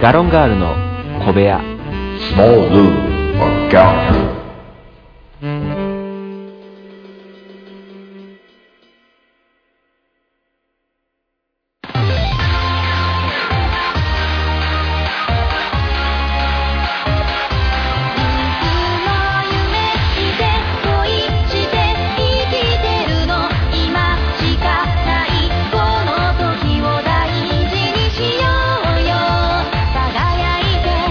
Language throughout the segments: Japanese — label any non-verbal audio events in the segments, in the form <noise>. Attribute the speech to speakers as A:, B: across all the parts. A: ガロンガールの小部屋
B: Small Lou or Gallery.
C: いつも夢見て恋して生きてるの今しかないこの時を大事にしようよ輝いて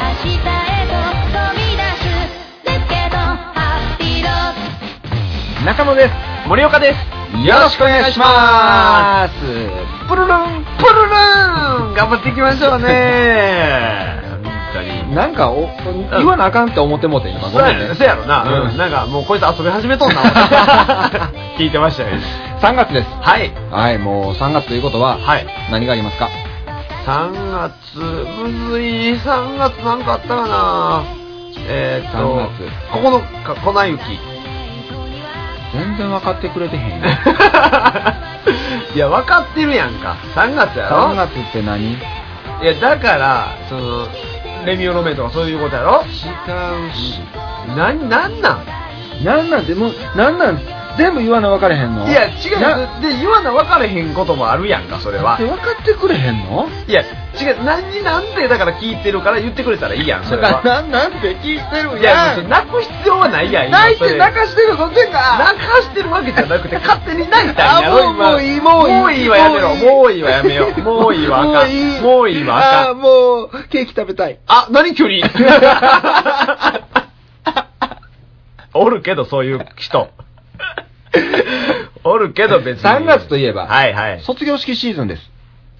C: 明日へと飛び出すレッケのハッピーロード
D: 中野です森岡です
E: よろしくお願いしま
D: ーすプルルンプルルン頑張っていきましょう <laughs> ね
E: すなんかお言わなあかんって思ってもうて今
D: そうやねそうやろな、
E: う
D: う
E: ん
D: んなんかもうこいつ遊び始めとん
E: <laughs>
D: な <laughs> 聞いてましたよ
E: 3月です
D: はい
E: はいもう3月ということは
D: はい
E: 何がありますか
D: 3月むずい3月なんかあったかなえー、っと
E: 3月
D: ここのか粉雪
E: 全然分かってくれてへんよ
D: <laughs> いや分かってるやんか3月やろ
E: 3月って何違う
D: いやだからそのレミオロメンとかそういうことやろ
E: し
D: ななんなん
E: なんなんでもなんなん全部言わな分かれへんの
D: いや違
E: な
D: うでで言わな分かれへんこともあるやんかそれは
E: 分かってくれへんの
D: いや違う何になんてだから聞いてるから言ってくれたらいいやんそ
E: だ
D: れ
E: から
D: は
E: なんなんて聞いてる
D: い
E: や
D: や
E: ん
D: 別に泣く必要はないやん今
E: 泣い
D: それ
E: て泣かしてるそんでんか
D: 泣かしてるわけじゃなくて勝手に泣いたんやろ
E: あも
D: 今
E: うもういいもういい
D: もういいはやめろ
E: も
D: も
E: う
D: う
E: い
D: い
E: い
D: いはやめよ
E: <laughs>
D: うもういいはあかんもういいはあか
E: あー
D: ん
E: もうケーキ食べたい
D: あ何距離 <laughs> おるけどそういう人おるけど別に
E: 3月といえば
D: はいはい
E: 卒業式シーズンです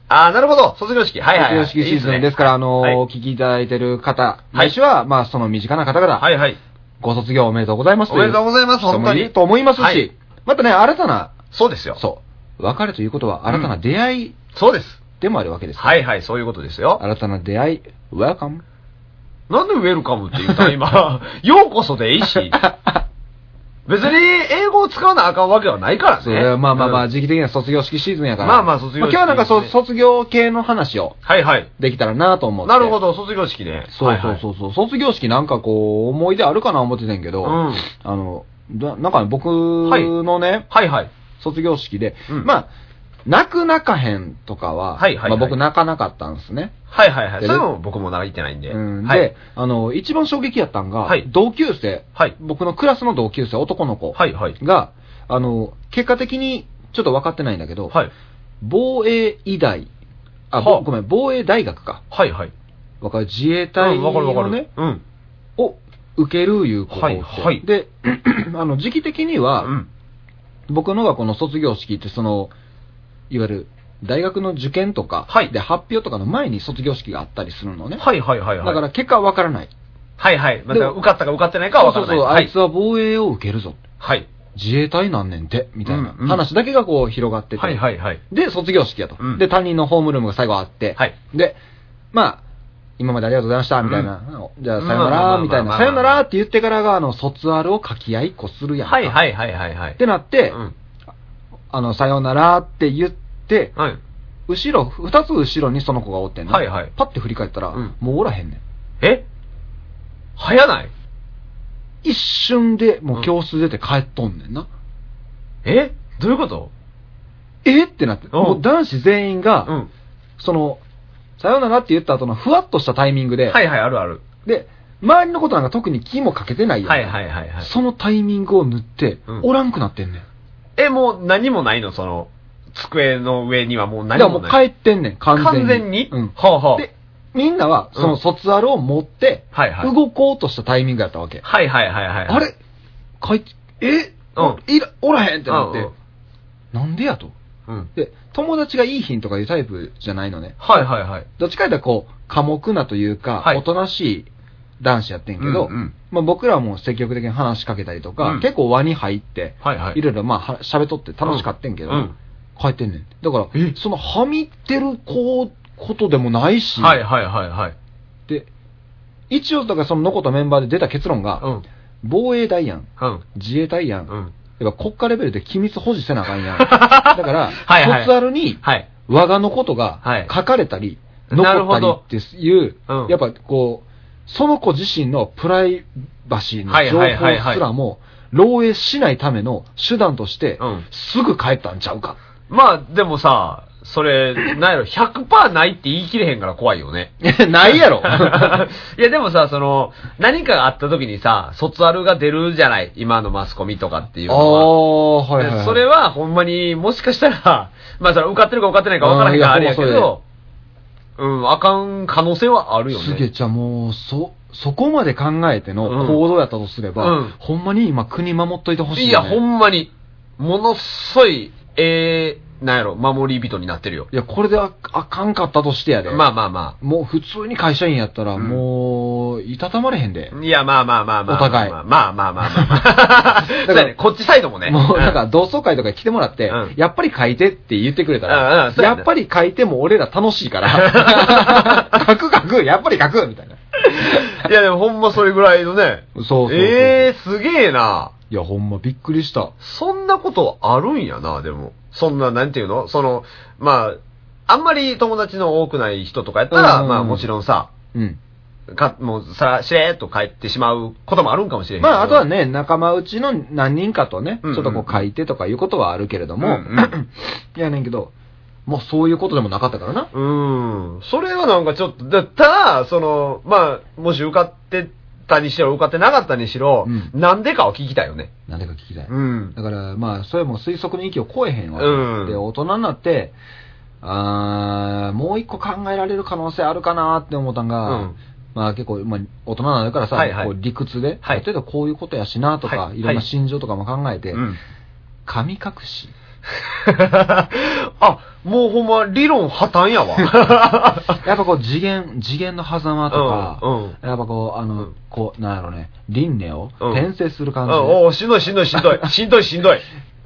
D: ああ、なるほど。卒業式。はいはい、はい。
E: 卒業式シーズン
D: いい
E: で
D: ね
E: すすから、あのー
D: はい
E: お聞きいただいてる方、
D: はい
E: 毎週は、まあ、その身近な方々、
D: はいはい。
E: ご卒業おめでとうございます
D: おめでとうございます
E: 人も
D: 本当に
E: いると思いますし、
D: はい
E: またね、新たな、
D: そうですよ。
E: そう、別れということは、新たな出会い
D: そうです。
E: でもあるわけです。
D: はいはい、そういうことですよ。
E: 新たな出会い、welcome。
D: なんでウェルカムって言った
E: <laughs>
D: 今。ようこそでいいし。別に英語を使わなあかんわけはないからね。
E: それまあまあまあ、
D: うん
E: 時期的には卒業式シーズンやから。
D: まあまあ卒業式
E: ま今日はなんか
D: で
E: そ
D: す
E: 卒業系の話を
D: はいはい。
E: できたらなと思って。
D: なるほ。ど、卒業式ね。
E: そうそうそうそう、卒業式なんかこう、思い出あるかな思ってたんやけど、
D: うん
E: あの、だなんかね僕
D: い
E: のね、
D: はいはい。
E: 卒業式で、
D: うん
E: まあ、泣く泣かへんとかは、
D: はいはいはい
E: まあ、僕泣かなかったんですね。
D: はいはいはい。
E: で
D: それも僕も泣いてないんで。
E: うん、
D: はい
E: で、あの、一番衝撃やったんが、
D: はい
E: 同級生、
D: はい
E: 僕のクラスの同級生、男の子が、
D: はいはい。
E: あの、結果的にちょっと分かってないんだけど、
D: はい。
E: 防衛医大、あ、
D: はあ
E: ぼごめん、防衛大学か。
D: はいはい。
E: わかる自衛隊
D: うん
E: の
D: わかるわか
E: ね
D: る。、うん。
E: を受けるいうことって、
D: はいはい
E: で、 <clears throat> あの、時期的に
D: う
E: は、
D: ん。
E: 僕のがこの卒業式ってそのいわゆる大学の受験とか、
D: はい
E: で発表とかの前に卒業式があったりするのね、
D: はいはいはいはい。
E: だから、結果は分からない
D: はいはい。ま
E: で
D: た
E: も
D: 受かったか受かってないかは分からない。
E: そうそうそう、
D: は
E: あい
D: い
E: つ。は防衛を受けるぞ
D: はい。
E: 自衛隊なんねんてみたいな
D: うんうん
E: 話だけがこう広がってて、
D: はいはいはい。
E: で卒業式やと、
D: うん
E: で担任のホームルームが最後あって、
D: はい
E: でまあ今までありがとうございましたみたいな、じゃあさよな
D: まあまあまあま
E: ら
D: あ
E: みたい
D: ま
E: な
D: あ
E: さよならって言ってからがあの卒アルを書き合いっこするやんか
D: はいはいはいはいはい。
E: ってなって、
D: うん。
E: あのさよならって言って、
D: はい。
E: 後ろ、二つ後ろにその子がおってんの。
D: はいはい
E: パッて振り返ったら、
D: うん
E: もうおらへんねん。
D: え早ない
E: 一瞬でもううん教室出て帰っとんねんな。
D: えどういうこと
E: えってなって、
D: うん
E: もう男子全員が、
D: うん。
E: その、さよならって言った後のふわっとしたタイミングで、
D: はいはい、あるある。
E: で、周りのことなんか特に気もかけてないよ、
D: はいはいはいはい。
E: そのタイミングを塗って、
D: うん
E: おらんくなってんねん。
D: え、もう何もないのその、机の上にはもう
E: だ
D: 何
E: からも
D: も
E: う
D: ない。
E: 帰ってんねん、完全に。
D: 完全に
E: うん。
D: はあはあ
E: で、みんなは、その卒アルを持って、
D: はいはい。
E: 動こうとしたタイミングやったわけ。
D: はいはいはいはい。
E: あれ帰って、え、
D: う
E: いらおらへんってなって、
D: うん
E: なんでやと。
D: うん。
E: で、友達がいい品とかいうタイプじゃないのね。
D: はいはいはい。
E: どっちかというと、こう、寡黙なというか、
D: はい
E: おとなしい男子やってんけど、
D: うんうん
E: まあ、僕らはもう積極的に話しかけたりとか、
D: うん
E: 結構輪に入って、
D: はいはい
E: いろいろまあは喋っとって楽しかったんけど、
D: うんうん
E: 帰ってんねん。だから
D: え、
E: そのはみ出る子ことでもないし、
D: はいはいはいはい。
E: で一応、だからその残ったメンバーで出た結論が、
D: うん。
E: 防衛大やん、
D: うん。
E: 自衛隊やん、
D: うん。
E: やっぱ国家レベルで機密保持
D: <laughs>
E: せなあかんやん。だから、
D: はいはい
E: 卒アルに
D: はい。
E: 我がのこと
D: は
E: が
D: い
E: 書かれたり、
D: なる
E: 残
D: ほど
E: ったりっていう、
D: うん
E: やっぱこう、その子自身のプライバシーの
D: はい
E: 情
D: はいはいは
E: 報
D: い
E: すらも、漏洩しないための手段として
D: うん、
E: すぐ帰ったんちゃう
D: <laughs>
E: か。
D: まあ、でもさ、それ、なんやろ、100%ないって言い切れへんから怖いよね。
E: <laughs> ないやろ
D: いや、でもさ、その、何かがあった時にさ、卒アルが出るじゃない今のマスコミとかっていう
E: あ
D: のは。
E: あ、はいはい、はい。
D: でそれは、ほんまに、もしかしたら、 <laughs> まあ、それ受かってるか受かってないか分からへんからあ
E: うん
D: れ
E: いや
D: やけ
E: ほんま
D: ど、うん、あかん可能性はあるよね。
E: すげえ、じゃあもう、そ、そこまで考えて
D: うん
E: の行動やったとすれば、
D: うん
E: ほんまに今国守っといてほしい、ね。
D: いや、ほんまに、ものすごい、ええなんやろ、守り人になってるよ。
E: いや、これでああかんかったとしてやで。
D: まあまあま
E: もう普通に会社員やったら、
D: うん
E: もう、いたたまれへんで。
D: あ。いや、まあまあまあまあ。
E: お互い
D: まあまあまあまあまあまあ。
E: だか
D: そう
E: ら
D: やねこっちサイドもね。
E: もう、なん
D: う
E: か、同窓会とか来てもらって、
D: うん
E: やっぱり書いてって言ってくれた
D: うんう
E: ら、
D: んそうや
E: や
D: ね
E: っぱり書いても俺ら楽し
D: <laughs>
E: いから、書く書く、やっぱり書くみたいな。
D: んいや、でもほんまそれぐらいのね。
E: そうそうそう
D: ええすげえな。
E: いや、ほんまびっくりした。
D: そんなことあるんやな、でも。そんな、なんていうのその、まあ、あんまり友達の多くない人とかやったら、
E: うんうんうん
D: まあもちろんさ、
E: うん。
D: か、もうさ、しれーっと帰ってしまうこともあるんかもしれへんけど
E: まあ、あとはね、仲間うちの何人かとね、
D: うんうん
E: ちょっとこう書いてとかいうことはあるけれども、
D: うん
E: <coughs> いやねんけど、もうそういうことでもなかったからな。
D: うーん。それはなんかちょっと、だったら、その、まあ、もし受かってたにしろ、受かってなかったにしろ、
E: う
D: なんでかは聞きたいよね。
E: なんでか聞きたい。
D: うん
E: だ。から、まあ、それはもう推測の域を超えへんわけ、
D: うん
E: で、大人になって、あーもう一個考えられる可能性あるかなって思ったんが、
D: うん
E: まあ結構、まあ、大人になるからさ、
D: はいはい
E: こう理屈で、
D: はい
E: ある程度こういうことやしなとか、、
D: はいい
E: ろん
D: は
E: ない心情とかも考えて、
D: うん、 <laughs>
E: 神隠し。
D: あ、もうほんま、理論破綻やわ。
E: <laughs> やっぱこう、次元、次元の狭間とか、
D: うんうん
E: やっぱこう、あの、
D: うん
E: こう、なんやろね、輪廻を
D: うん
E: 転生する
D: うん、
E: 感じで、
D: おうしんどいしんどいしん
E: <laughs>
D: どい。しんどいしんどい。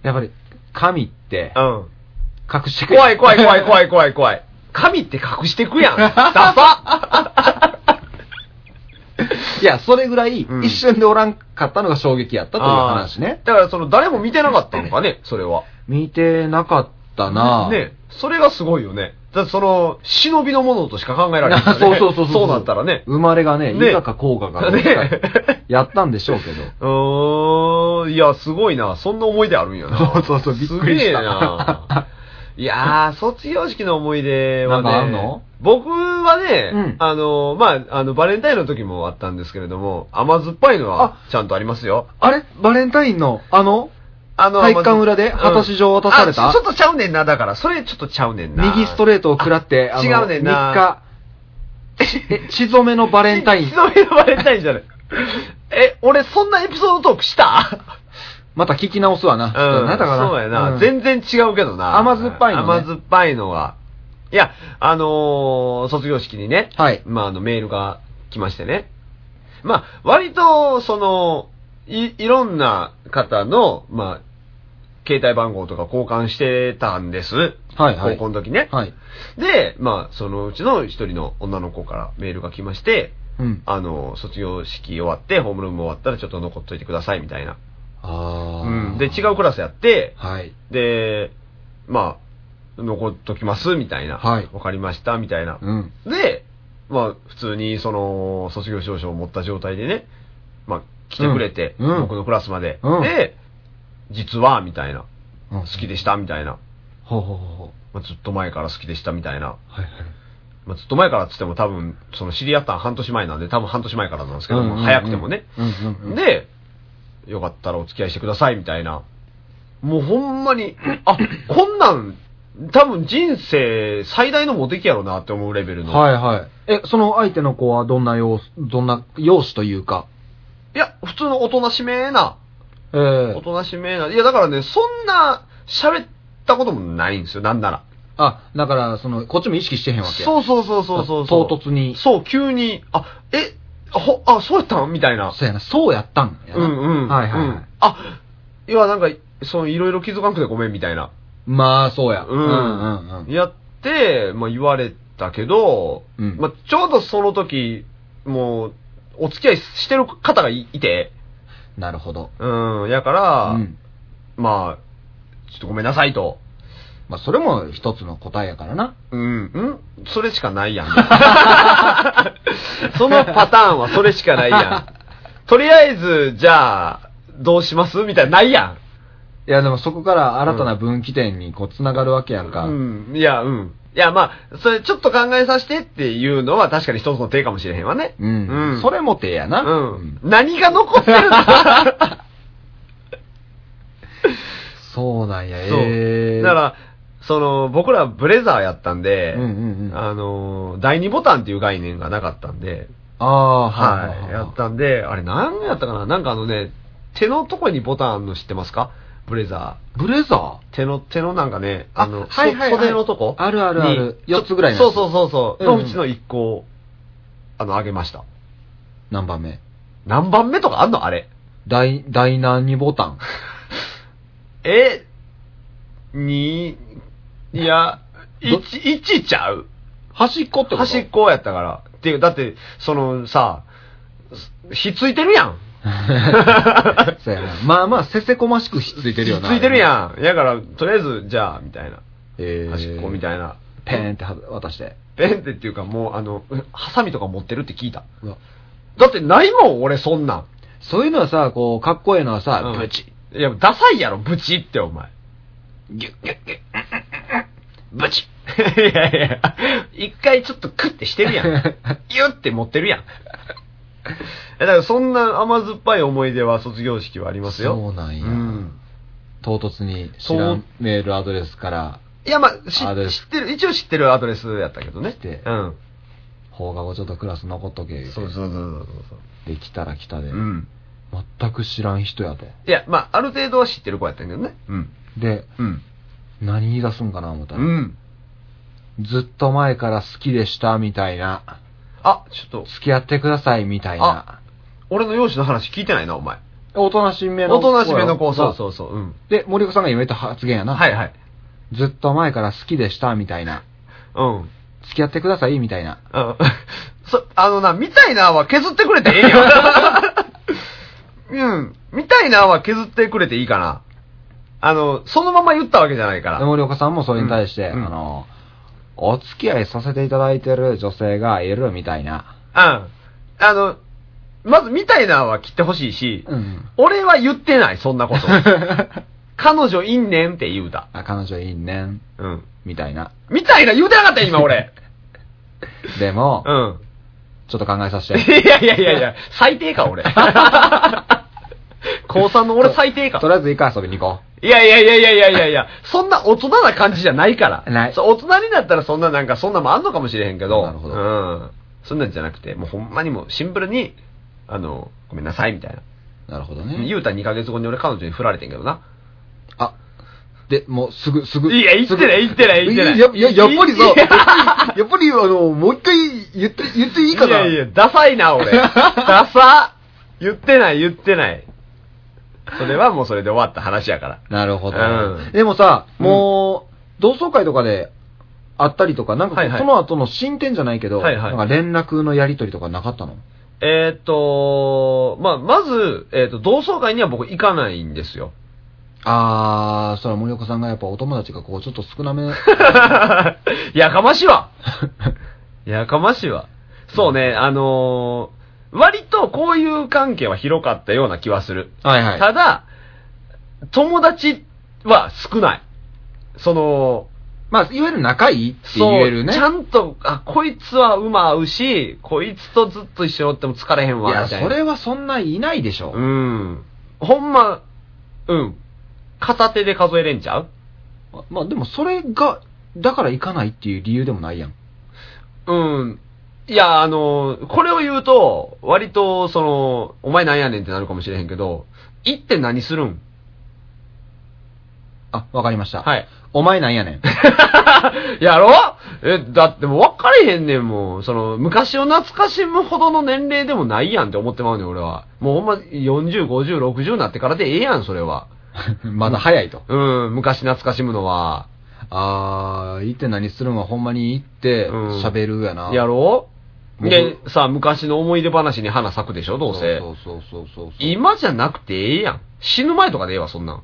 E: やっぱり、神って
D: う、
E: <laughs>
D: ん。
E: 隠してくれ
D: 怖い怖い怖い怖い怖い怖い。神って隠してく
E: <laughs>
D: やん。ダサ
E: いや、それぐらい
D: うん、
E: 一瞬でおらんかったのが衝撃やったという話ね
D: あー。だからその、誰も見てなかったのかね、それは。
E: 見てなかったなぁ。
D: ね、それがすごいよね。だってその、忍びのものとしか考えられない、
E: な <laughs> そうそうそう
D: そうなったらね。
E: 生まれがね、
D: ね
E: 豊か効果が、
D: ね
E: やったんでしょうけど。
D: うーん、いや、すごいな。 <laughs> そんな思い出あるんやな。
E: <laughs> そうそうそうびっくりした
D: すげえな。いやー、卒業式の思い出はね。
E: なんかあんの
D: 僕はね、
E: うん
D: あの、まあ、あの、バレンタインの時もあったんですけれども、甘酸っぱいのはちゃんとありますよ。
E: <laughs> あれバレンタインの、あの、
D: あの、
E: 体育館裏で
D: 甘酸
E: 果たし状渡された
D: あちょっとちゃうねんな、だから。それちょっとちゃうねんな。
E: 右ストレートを食らって、
D: あ
E: あの、
D: 違うねんな <laughs>
E: 3日、え、血染めのバレンタイン
D: 一、度目のバレンタインじゃない。え、俺そんなエピソードトークした
E: また聞き直すわな。
D: うん。
E: なんだかな。
D: そうやな、
E: ん
D: 全然違うけどな。
E: 甘酸っぱいのね
D: 甘酸っぱいのが。いや、あのー卒業式にね、
E: はい
D: まあ、あの、メールが来ましてね。まあ、割と、その、い、いろんな方の、まあ、携帯番号とか交換してたんです。
E: はいはい
D: 高校の時ね。
E: はい。
D: で、まあ、そのうちの一人の女の子からメールが来まして、
E: うん。
D: あの、卒業式終わって、ホームルーム終わったらちょっと残っといてください、みたいな。
E: あ
D: うんで、違うクラスやって、
E: はい。
D: で、まあ、残っときます、みたいな。
E: はい
D: わかりました、みたいな。
E: うん。
D: で、まあ、普通に、その、卒業証書を持った状態でね、まあ、来てくれて、
E: うんうん
D: 僕のクラスまで。
E: うん
D: で、実は、みたいな。
E: 好
D: 好き。でした、みたいな。
E: ほうほうほうほ
D: まあ、ずっと前から好きでした、みたいな。
E: う。はいはい。
D: まあ、ずっと前からっつっても多分、その知り合ったの半年前なんで、多分半年前からなんですけども、
E: うんうんうん
D: 早くてもね。
E: うんうんうん
D: で、よかったらお付き合いしてくださいみたいな。もうほんまに、あ、こんなん、多分人生最大のモテ期やろなって思うレベルの。
E: はいはい。え、その相手の子はどんな様子、どんな容姿というか、
D: いや、普通のおとなしめな。
E: え
D: お
E: ー、
D: となしめな。いや、だからね、そんな喋ったこともないんですよ、なんなら。
E: あ、だから、その、こっちも意識してへんわけ。
D: そうそうそうそうそうそう。
E: 唐突に
D: そう、急に、あ、え、ほ、あ、そうやったんみたいな。
E: そうやな、そうやったんや
D: う
E: な。
D: んうん。
E: はいはい、はい
D: うんあ、いや、なんか、その、いろいろ気づかんくてごめんみたいな。
E: まあ、そうや。
D: うん。
E: うんうんうん。
D: やって、まあ言われたけど、
E: うん
D: まあちょうどその時、もう、お付き合いしてる方がいいて、
E: なるほど。
D: うん、やから、
E: うん。
D: まあ、ちょっとごめんなさいと。
E: まあ、それも一つの答えやからな。
D: うん、んそれしかないや
E: <laughs>
D: ん。そのパターンはそれしかないやん。とりあえず、じゃあ、どうしますみたいな、ないや
E: いや、でもそこから新たな分岐点にこう、繋がるわけやん
D: ん。
E: か。
D: うん。いや、うん。いや、まあ、それちょっと考えさせてっていうのは確かに一つの手かもしれへんわね。
E: うん。
D: うん。
E: それも手やな。
D: うん。何が残ってるの
E: そうなんや、
D: そう
E: えー。
D: だか、ら、その、僕らブレザーやったんで、
E: うんうんうん。あ
D: あの、第二ボタンっていう概念がなかったんで、
E: あー、はい。
D: はい、やったんで、あれ何やったかななんかあのね、手のとこにボタンあるの知ってますかブレザ
E: ブレザ
D: ー。手の、手のなんかね、
E: あ
D: あの、
E: はいはいはい
D: そ袖のとこ
E: あるあるある
D: に
E: 四つぐらいのやつ
D: そうそうそうそう。
E: うんうん
D: のうちの1個を、あの、あげました。
E: ー何番目
D: 何番目とかあんのあれ。
E: 第、第何ボタン
D: え、に、いや、
E: ど
D: 1、1ちゃう
E: 端っこってこと
D: 端っこやったから。っていう、だって、そのさ、ひっついてるやん。
E: そうやな。まあまあ、せせこましくひっついてるよな。
D: ひっついてるやん。やから、とりあえず、じゃあ、みたいな。
E: えー。
D: 端っこみたいな。
E: ペーンっては渡して。
D: ペンってっていうか、もう、あの、うんハサミとか持ってるって聞いた。
E: うわ
D: だってないもん、俺、そんなん。
E: そういうのはさ、こう、かっこええのはさ、
D: うん
E: ブチ、
D: いや、ダサいやろ、ブチって、お前。
E: ギュッギュッギュッ、うんうんうんブチ
D: いやいや、一回ちょっとクッてしてるやん。ギュッて持ってるやん。えだから、そんな甘酸っぱい思い出は卒業式はありますよ。
E: そうなんや
D: ん
E: 唐突に知らんメールアドレスから、
D: いや、まあ、し
E: あれ
D: 知ってる、一応知ってるアドレスやったけどね。
E: 知って
D: うん。
E: 放課後ちょっとクラス残っとけ言うて
D: そうそうそうそう
E: できたら来たで、
D: そう。うん。
E: 全く知らん人やと
D: いや、まあ、ある程度は知ってる子やったんやけどね。うん。
E: で
D: うん。
E: 何言い出すんかな思ったら、
D: うん。
E: ずっと前から好きでしたみたいな
D: あ、ちょっと、
E: 付き合ってくださいみたいな
D: 俺の容姿の話聞いてないな、お前。
E: おとなしめの
D: おとなしめの子、そう
E: う
D: そうそう。うん。
E: で森岡さんが言めた発言やな、
D: はいはい。
E: ずっと前から好きでしたみたいな
D: うん。
E: 付き合ってくださいみたいな
D: うん。 <laughs> そ、あのな、みたいなは削ってくれてええやん。 <laughs> うん。みたいなは削ってくれていいかな。あの、そのまま言ったわけじゃないか
E: で
D: ら。
E: 森岡さんもそれに対して、
D: うんうん
E: あのお付き合いさせていただいてる女性がいるみたいな、
D: うん。あの、まず、みたいなは切ってほしいし、
E: うん、
D: 俺は言ってない、そんなこと。彼女いんねんって言うた。
E: あ彼女いいねん
D: うん。
E: みたいな
D: みたいな言うてなかったよ、今俺。
E: でも、
D: うん。
E: ちょっと考えさせて
D: <laughs> いやいやいやいや、最低か、
E: <laughs>
D: 俺。高三の俺最低か
E: と。りあえず一回遊びに行こ
D: いやいやいやいやいやいやいや、そんな大人な感じじゃないから。
E: ない
D: そう大人になったらそんななんか、そんなもんあんのかもしれへんけど。
E: なるほど
D: うん。そんなんじゃなくて、もうほんまにもうシンプルに、あの、ごめんなさい、みたいな。
E: う。なるほど
D: ゆうた2ヶ月後に俺彼女に振られてんけどな。
E: あ、で、もうすぐ、すぐ。
D: いや言ってない言
E: すぐ
D: ってない言ってない
E: や、や、やっぱりさ、
D: い
E: や
D: や
E: っぱりやっぱり、あの、もう一回言って、言っていいかな
D: や
E: い
D: いや、ダサいな、
E: <laughs>
D: 俺。ダサ言ってない、言ってない。それはもうそれで終わった話やから。
E: なるほど。
D: うん
E: でもさ、もう、同窓会とかで、あったりとか、なんかこ
D: は
E: う、
D: いはい
E: その後の進展じゃないけど、
D: はいはい
E: なんか連絡のやり取りとかなかったの
D: えーっ、と、まあ、まず、えーっ、と、同窓会には僕行かないんです
E: <laughs>
D: よ。
E: あー、それは森岡さんがやっぱお友達がこう、ちょっと少
D: <laughs>
E: なめ。
D: やかましい
E: <laughs>
D: わやかましいわ。そうね、あのー割とこういう関係は広かったような気はする。
E: はいはい。
D: ただ、友達は少ない。その、
E: まあ、いわゆる仲いいって言えるね。
D: そうちゃんと、あ、こいつは馬合うし、こいつとずっと一緒におっても疲れへんわ、
E: いや、
D: みたいな。
E: それはそんないないでしょ。
D: うん。ほんま、うん。片手で数えれんちゃう
E: ままあでもそれが、だから行かないっていう理由でもないやん。
D: うん。いや、あの、これを言うと、割と、その、お前なんやねんってなるかもしれへんけど、行って何するん
E: あ、わかりました。
D: はい。
E: お前なんやねん。
D: <laughs> やろえ、だってもう分かれへんねんもん。その、昔を懐かしむほどの年齢でもないやんって思ってまうねん、俺は。もうほんま、40、50、60になってからでええやん、それは。 <laughs>
E: まだ早いと。
D: うん、昔懐かしむのは。
E: あー、行って何するんはほんまに行って
D: うん
E: 喋るやな。
D: やろ
E: 僕
D: で、さあ、昔の思い出話に花咲くでしょ、どうせ。
E: そうそうそうそうそう。 <laughs>
D: 今じゃなくてええやん。死ぬ前とかでええわ、そんなん。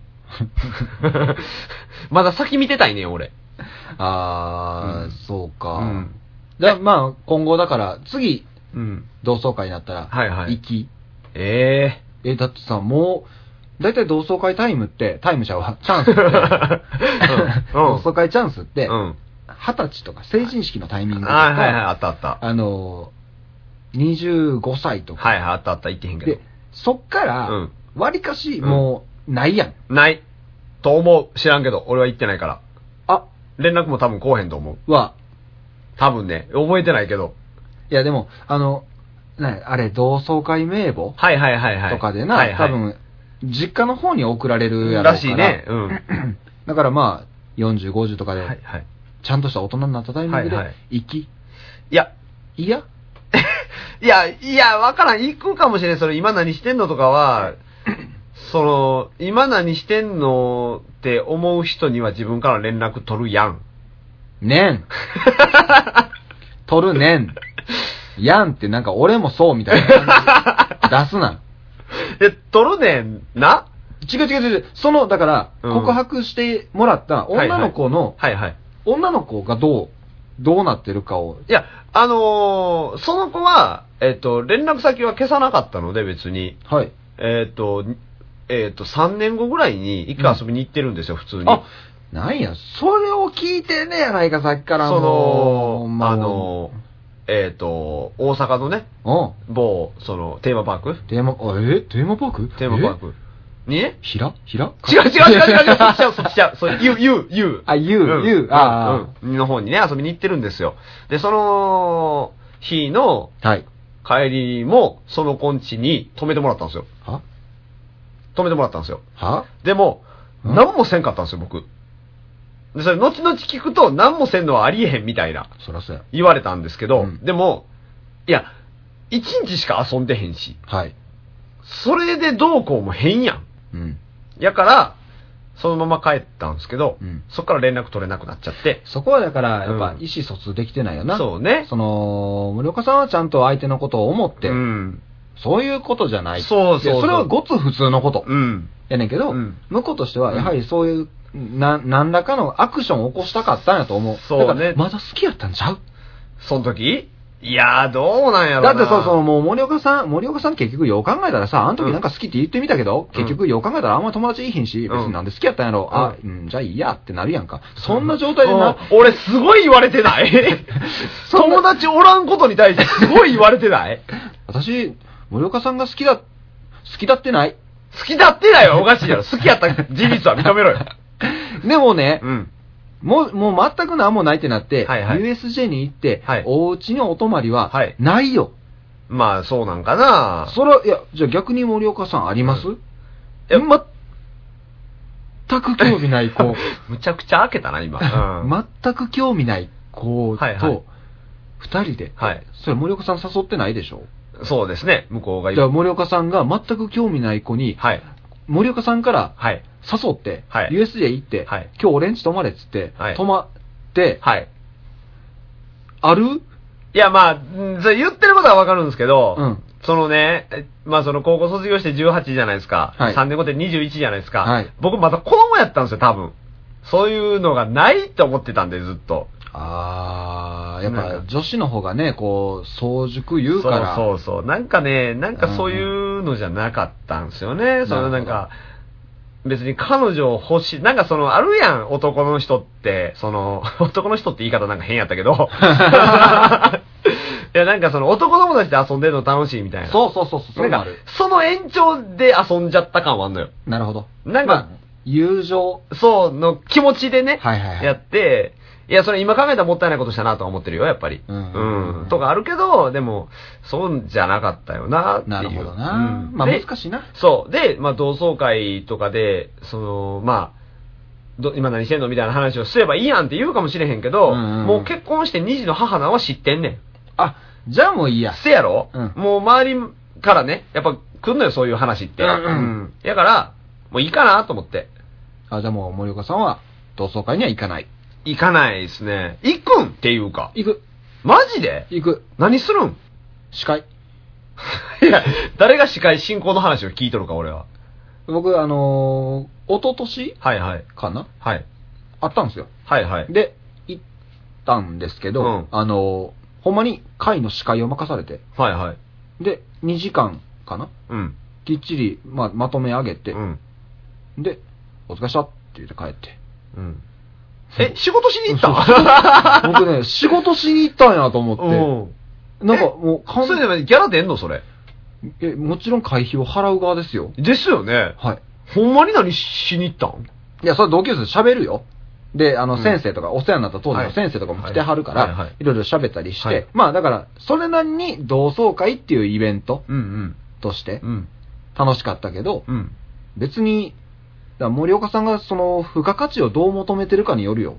D: まだ先見てたいね、俺。
E: あー、
D: うん
E: そうか。
D: うん
E: じゃあ、まあ、今後だから、次、
D: うん。
E: 同窓会になったら、
D: はいはい
E: 行き。
D: え
E: え、だってさ、もう、だいたい同窓会タイムって、タイムちゃうわ、チャ <laughs> ンスって、 <laughs>
D: うん
E: 同窓会チャンスっ
D: え
E: て、
D: う
E: 二、
D: ん。
E: 十、歳とか成人式のタイミングとか、
D: はいはいはい、あったあった。
E: あのー、25歳とか、
D: はいはい、あったあった、言ってへんけ
E: で、そっか
D: う
E: ら
D: ん、
E: わりかし、もう、ないやん。
D: ど。ない。と思う。知らんけど、俺は言ってないから。
E: あ、
D: 連絡も多分来おへんと思う。
E: は、
D: 多分ね、覚えてないけど。
E: いやでも、あの、なあれ、同窓会名簿
D: はいはいはいはい。
E: とかでな、
D: はいはい
E: 多分、実家の方に送られるやろうから。
D: らしいね。うん。
E: だからまあ、40、50とか
D: はい
E: で、
D: はい。
E: ちゃんとした大人になったタイミング
D: はいは
E: で
D: い、
E: 行き、
D: いや、
E: いや、
D: いや、いや、わからん。行くかもしれん。それ、今何してんのとかは、その、今何してんのって思う人には自分から連絡取るやん。
E: ねん。取るねん。やんって、なんか俺もそうみたいな感じ出
D: <laughs>
E: すな。
D: え、取るねんな
E: 違う違う違う、その、だから、
D: うん
E: 告白してもらった女の子の、
D: はいはい。
E: 女の子がどう、どうなってるかを、
D: いや、あのーその子は、えっ、と、連絡先は消さなかったので、別に。
E: はい。
D: えっ、と、えっ、と、3年後ぐらいに一回遊びに行ってるんですよ、普通に。
E: あ、なんや、それを聞いてんねやないか、さっきから
D: そ
E: もうほん
D: の、
E: ま
D: あの、えっ、と、大阪のね、
E: も
D: 某、その、テーマパーク
E: う、テーマ、あえテーマパーク
D: テーマパー
E: え
D: クにね、
E: ひらひら
D: 違う違う違う違う違う、そっちちゃう、そっちちゃう、
E: <laughs>
D: それ、ゆう、ゆう、ゆう。
E: あゆうゆうあ
D: うんうん。の方にね、遊びに行ってるんですよ。で、その、日の
E: はい。
D: 帰りも、その子ん家に泊めてもらったんですよ。
E: は
D: 止めてもらったんですよ。
E: は
D: でも、
E: うん
D: 何もせんかったんですよ、僕。で、それ、後々聞くと、何もせんのはありえへんみたいな、
E: そらそうや。
D: 言われたんですけど、
E: うん
D: でも、いや、一日しか遊んでへんし、
E: はい。
D: それでどうこうも変やん。
E: うん。
D: やから、そのまま帰ったんですけど、
E: うん
D: そっから連絡取れなくなっちゃって、
E: そこはだから、やっぱ
D: う、ん
E: 意思疎通できてないよな。
D: そうね
E: その、森岡さんはちゃんと相手のことを思って、
D: うん。
E: そういうことじゃない。
D: そうそうそう
E: でそれはごつ普通のこと。
D: うん。
E: やねんけど、
D: うん
E: 向こうとしては、やはりそういう、な、何らかのアクションを起こしたかったんやと思う。
D: そうね
E: だからまだ好きやったんちゃう
D: その時いやー、どうなんやろ
E: だ
D: な。
E: ってさ、そのもう森岡さん、森岡さん結局よう考えたらさ、あの時なんか好きって言ってみたけど、
D: うん
E: 結局よう考えたらあんま友達いいひんし、
D: うん
E: 別になんで好きやったんやろ、
D: うん
E: あ、うん、じゃあいいやってなるやんか。そんな状態でな、
D: うん俺すごい言われてない
E: <laughs> そんな
D: 友達おらんことに対してすごい言われてない
E: 私、森岡さんが好きだ、好きだっ
D: <laughs>
E: てない。
D: <laughs> 好きだってないはおかしいやろ。好きやった事実は認めろよ。 <laughs>
E: でもね、
D: うん。
E: もう、もう全く何もないってなって、
D: はいはい
E: USJ に行って、
D: はい
E: お家にお泊まりは
D: はい、
E: ないよ。
D: まあ、そうなんかな。
E: それは、いや、じゃあ逆に森岡さんあります、
D: うんいや
E: 全く興味ない
D: <laughs>
E: 子。
D: むちゃくちゃ開けたな、今。
E: <laughs>
D: うん。
E: 全く興味ない子
D: はいはい
E: と二人で、
D: はい
E: それ森岡さん誘ってないでしょ
D: そうですね、向こうが
E: じゃ
D: 言
E: あ
D: う。
E: 森岡さんが全く興味ない子に、
D: はい。
E: 森岡さんから
D: はい。
E: 誘って、
D: はい
E: USJ 行って、
D: はい
E: 今日俺んち泊まれっつって、
D: はい
E: 泊まって、
D: はい。
E: ある
D: いや、まあ、うんそれ言ってることはわかるんですけど、
E: うん
D: そのね、えまあその高校卒業して18じゃないですか、
E: はい
D: 3年後で21じゃないですか、
E: はい
D: 僕また子供やったんですよ、多分。そういうのがないと思ってたんで、ずっと。
E: あー、や
D: な
E: っ
D: ん
E: ぱ
D: か
E: 女子の方がね、こう、早熟言うから、
D: そうそうそう。なんかね、なんかそういうのじゃなかったんですよね。
E: うん
D: そのなんか、別に彼女を欲しい、なんかその、あるやん、男の人って、その、 <laughs> 男の人って言い方なんか変やったけど。
E: <laughs>
D: いや、なんかその、男友達で遊んでるの楽しいみたいな。
E: そうそうそうそう、そ
D: な
E: れ
D: ん
E: もあ
D: か
E: る。、
D: その延長で遊んじゃった感はあんのよ。
E: なるほど。
D: なんか
E: まあ、友情。
D: そう、の気持ちでね、
E: はいはいはい
D: やって、いや、それ今考えたらもったいないことしたなとは思ってるよ、やっぱり。
E: うんうんうん
D: うとかあるけど、でも、そうじゃなかったよな、っていう。
E: なるほどな。
D: うん
E: まあ
D: で
E: 難しいな。
D: そう。で、まあ、同窓会とかで、その、まあ、ど今何してんのみたいな話をすればいいやんって言うかもしれへんけど、
E: うんうんうん
D: もう結婚して2児の母なんは知ってんねん。
E: あ、じゃあもういいや。
D: せやろ、
E: うん
D: もう周りからね、やっぱ来んのよ、そういう話って。
E: うんうん
D: やから、もういいかなと思って。
E: あ、じゃあもう森岡さんは同窓会には行かない。
D: 行かないですね。行くんっていうか。
E: 行く、
D: マジで
E: 行く、
D: 何するん
E: 司会。
D: いや、誰が司会進行の話を聞いとるか、俺は。
E: 僕、あのー一昨年
D: はいはい。
E: かな
D: はい。
E: あったんですよ。
D: はいはい。
E: で、行ったんですけど、
D: うん
E: あの、ほんまに会の司会を任されて、
D: はいはい。
E: で、2時間かな
D: うん。
E: きっちり、まあ、まとめ上げて、
D: うん。
E: で、お疲れしたって言って帰って。 <laughs>
D: うん。 <laughs> え、仕事しに <laughs> 行った
E: 僕ね、仕事しに行ったんやと思っ
D: ん。
E: て、なんかもう完
D: それでギャラ出んのそれ。
E: え、もちろん会費を払う側ですよ。
D: ですよね。
E: はい。
D: ほんまに何しに行ったん
E: いや、それ同級生と喋るよ。で、あ
D: う
E: の、
D: ん
E: 先生とか、お世話になった当時
D: は
E: の
D: い
E: 先生とかも来てはるか
D: はいはいは
E: ら
D: い、
E: いろいろ喋ったりして、
D: はい
E: まあだから、それなりに同窓会っていうイベント
D: うん
E: として
D: う、ん。
E: 楽しかったけど、
D: うん。
E: 別に、だから森岡さんがその、付加価値をどう求めてるかによるよ。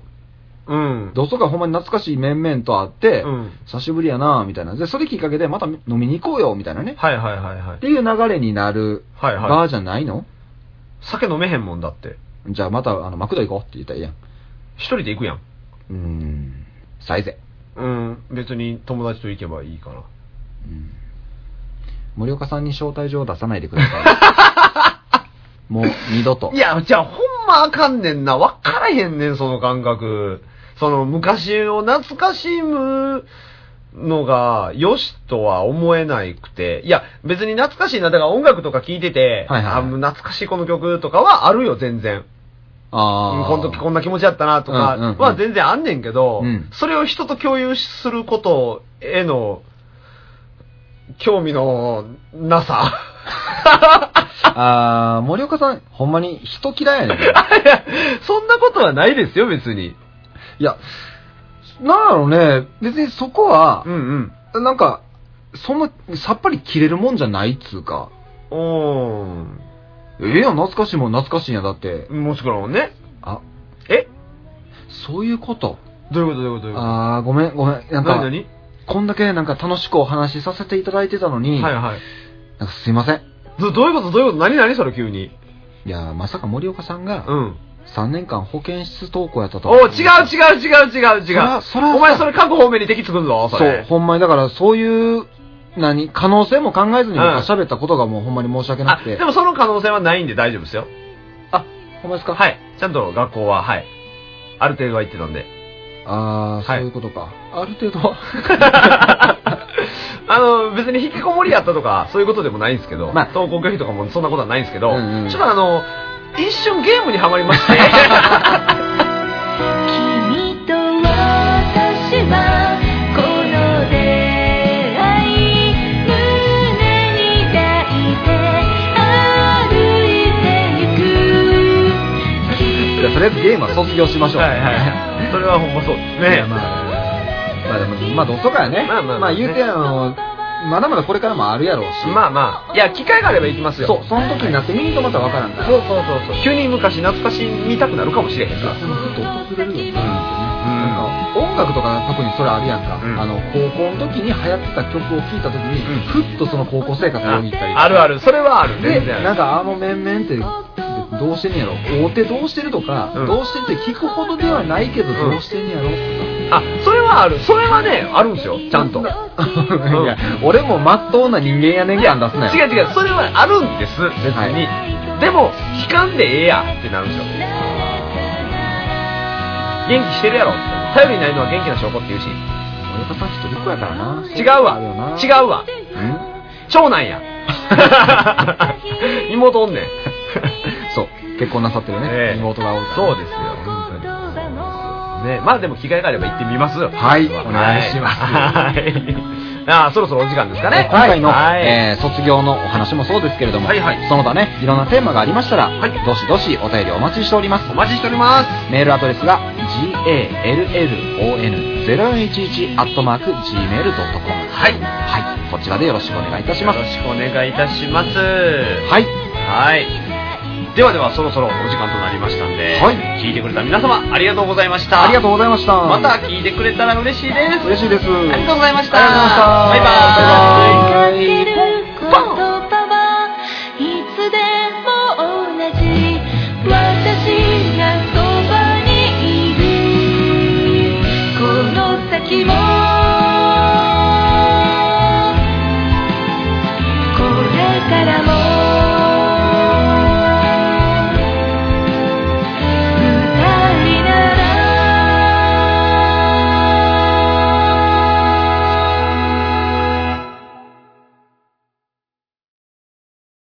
D: うん。
E: 同窓会ほんまに懐かしい面々と会って、
D: うん
E: 久しぶりやなみたいな。で、それきっかけでまた飲みに行こうよ、みたいなね。
D: はいはいはいはい
E: っ。ていう流れになる
D: はいはい
E: バーじゃないの、
D: 酒飲めへんもんだって。
E: じゃあまた、あの、マクド行こうって言ったらいいやん。
D: 一人で行くやん。
E: うーん、サイゼ。
D: うん。別に友達と行けばいいかな。
E: うん森岡さんに招待状を出さないでくださ <laughs> い。もう二度と。
D: いや、じゃあほんまあかんねんな。わからへんねん、その感覚。その昔を懐かしむのが、よしとは思えないくて。いや、別に懐かしいな。だから音楽とか聴いてて、
E: はいはいは
D: あ
E: い
D: もう懐かしいこの曲とかはあるよ、全然。うん
E: あー
D: この時こんな気持ちだったなとか
E: うんうんうん
D: は全然あんねんけど、
E: うん
D: それを人と共有することへの興味のな
E: <laughs>
D: さ。
E: あー森岡さん、ほんまに人嫌いやねん。
D: そんなことはないですよ、別に。
E: いや、 <laughs> なんだろうね、別にそこは
D: うん、うん。
E: なんか、そんな、さっぱり切れるもんじゃないっつうか。
D: お
E: ええやん、懐かしいもん懐かしいんや、だって
D: ー。ん。もしくはね。
E: あ、
D: え
E: そういうこと。
D: どういうことどういうことどういうこと
E: あー、ごめん、ごめん。なんか、
D: 何
E: こんだけなんか楽しくお話しさせていただいてたのに、
D: 何はいはい。
E: なんかすいません。
D: どどういうことどういうこと何何それ急に。
E: いやー、まさか森岡さん
D: う
E: が、
D: ん。
E: 3年間保健室登校やったと
D: お
E: は
D: う違う違う違う違う
E: そ
D: 違う
E: ら。そら
D: お前それ各方面に敵つくんぞ、そ
E: そう
D: れ。、
E: ほんまにだからそういう、何、可能性も考えずに僕は喋ったことがもうほんまに申し訳な
D: あ、
E: くて。
D: でもその可能性はないんで大丈夫ですよ。
E: あ、ほんまですか。
D: はいい。ちゃんと学校は、はい。ある程度は行ってたん
E: <laughs>
D: で。
E: あ
D: は
E: ー、
D: い
E: そういうことか。ある <laughs> 程度は。
D: あの、別に引きこもりやったとか、そういうことでもないんですけど、
E: まあ
D: 登校拒否とかもそんなことはないんですけど、
E: うんうん
D: ちょっとあの、一瞬ゲームにはまりま
E: <laughs>
D: して。
C: 君と私はこの出会い胸に抱いて歩いてゆ
E: いや、
C: く
E: とりあえずゲームは卒業しましょう。
D: はいはい。それはほんまそうです
E: い
D: ね
E: や。まあ、まあでも、まあ、どうとかやね。
D: まあまあまあ
E: 言うて、あの、まだまだこれからもあるやろうし。
D: まあまあ、いや、機会があれば行きますよ。
E: そう、その時になってみるとまたわからんから。
D: そうそうそうそう。急に昔懐かしみたくなるかもしれへんから。
E: でもずっと訪れるよね。なんか音楽とか特にそれあるやんか、
D: うん
E: あの高校の時に流行ってた曲を聴いた時に、
D: う
E: ふっとその高校生活をよぎったり
D: ああるある、それはある。
E: で
D: 全然あ
E: なん
D: る。
E: かあの面々ってどうしてんねやろ大手どうしてるとか、
D: うん
E: どうしてるって聞くほどではないけど
D: うん
E: どうしてんねやろ
D: あ、それはある。それはね、あるんですよ、ちゃんと。
E: とか、
D: うん
E: いや俺もまっとうな人間やねん感出すなよ
D: 違う違う、それはあるんです、別に。
C: はい
D: でも、悲観でええやってなるんですよ。元気してるやろって。頼りにないのは元気な証拠って言うし。
E: 俺がさ一人っ子やからな
D: 違うわ
E: あるよな。
D: 違うわ。長男
C: <laughs>
D: や。妹おんねん。
E: そう結婚なさってるね、
D: ええ
E: 妹がおるから
D: そうですよ、本当に。ね、まあでも着替えがあれば行ってみます
E: はいお願いします
D: はい。ああ、そろそろお時間ですかね。
E: 今回の、
D: はい
E: えー卒業のお話もそうですけれども、
D: はいはい
E: その他ね、いろんなテーマがありましたら、
D: はい
E: どしどしお便りお待ちしております。
D: お待ちしております。
E: メールアドレスが
D: は
E: gallon0411-gmail.com。
D: い。よ
E: はい、こちらでよろしくお願いいたします。
D: ろしくお願いいたします。
E: はい、
D: はい。ではではそろそろお時間となりましたんで、
E: はい
D: 聞いてくれた皆様ありがとうございました。
E: ありがとうございました。
D: また聞いてくれたら嬉しいです。
E: 嬉しいです。あり
D: ありがとうございました。
E: あ
C: 感
D: バイバーイ。
E: りがとうございましたはい
C: じる言葉はいつでも同じ私がそばにいるこの先も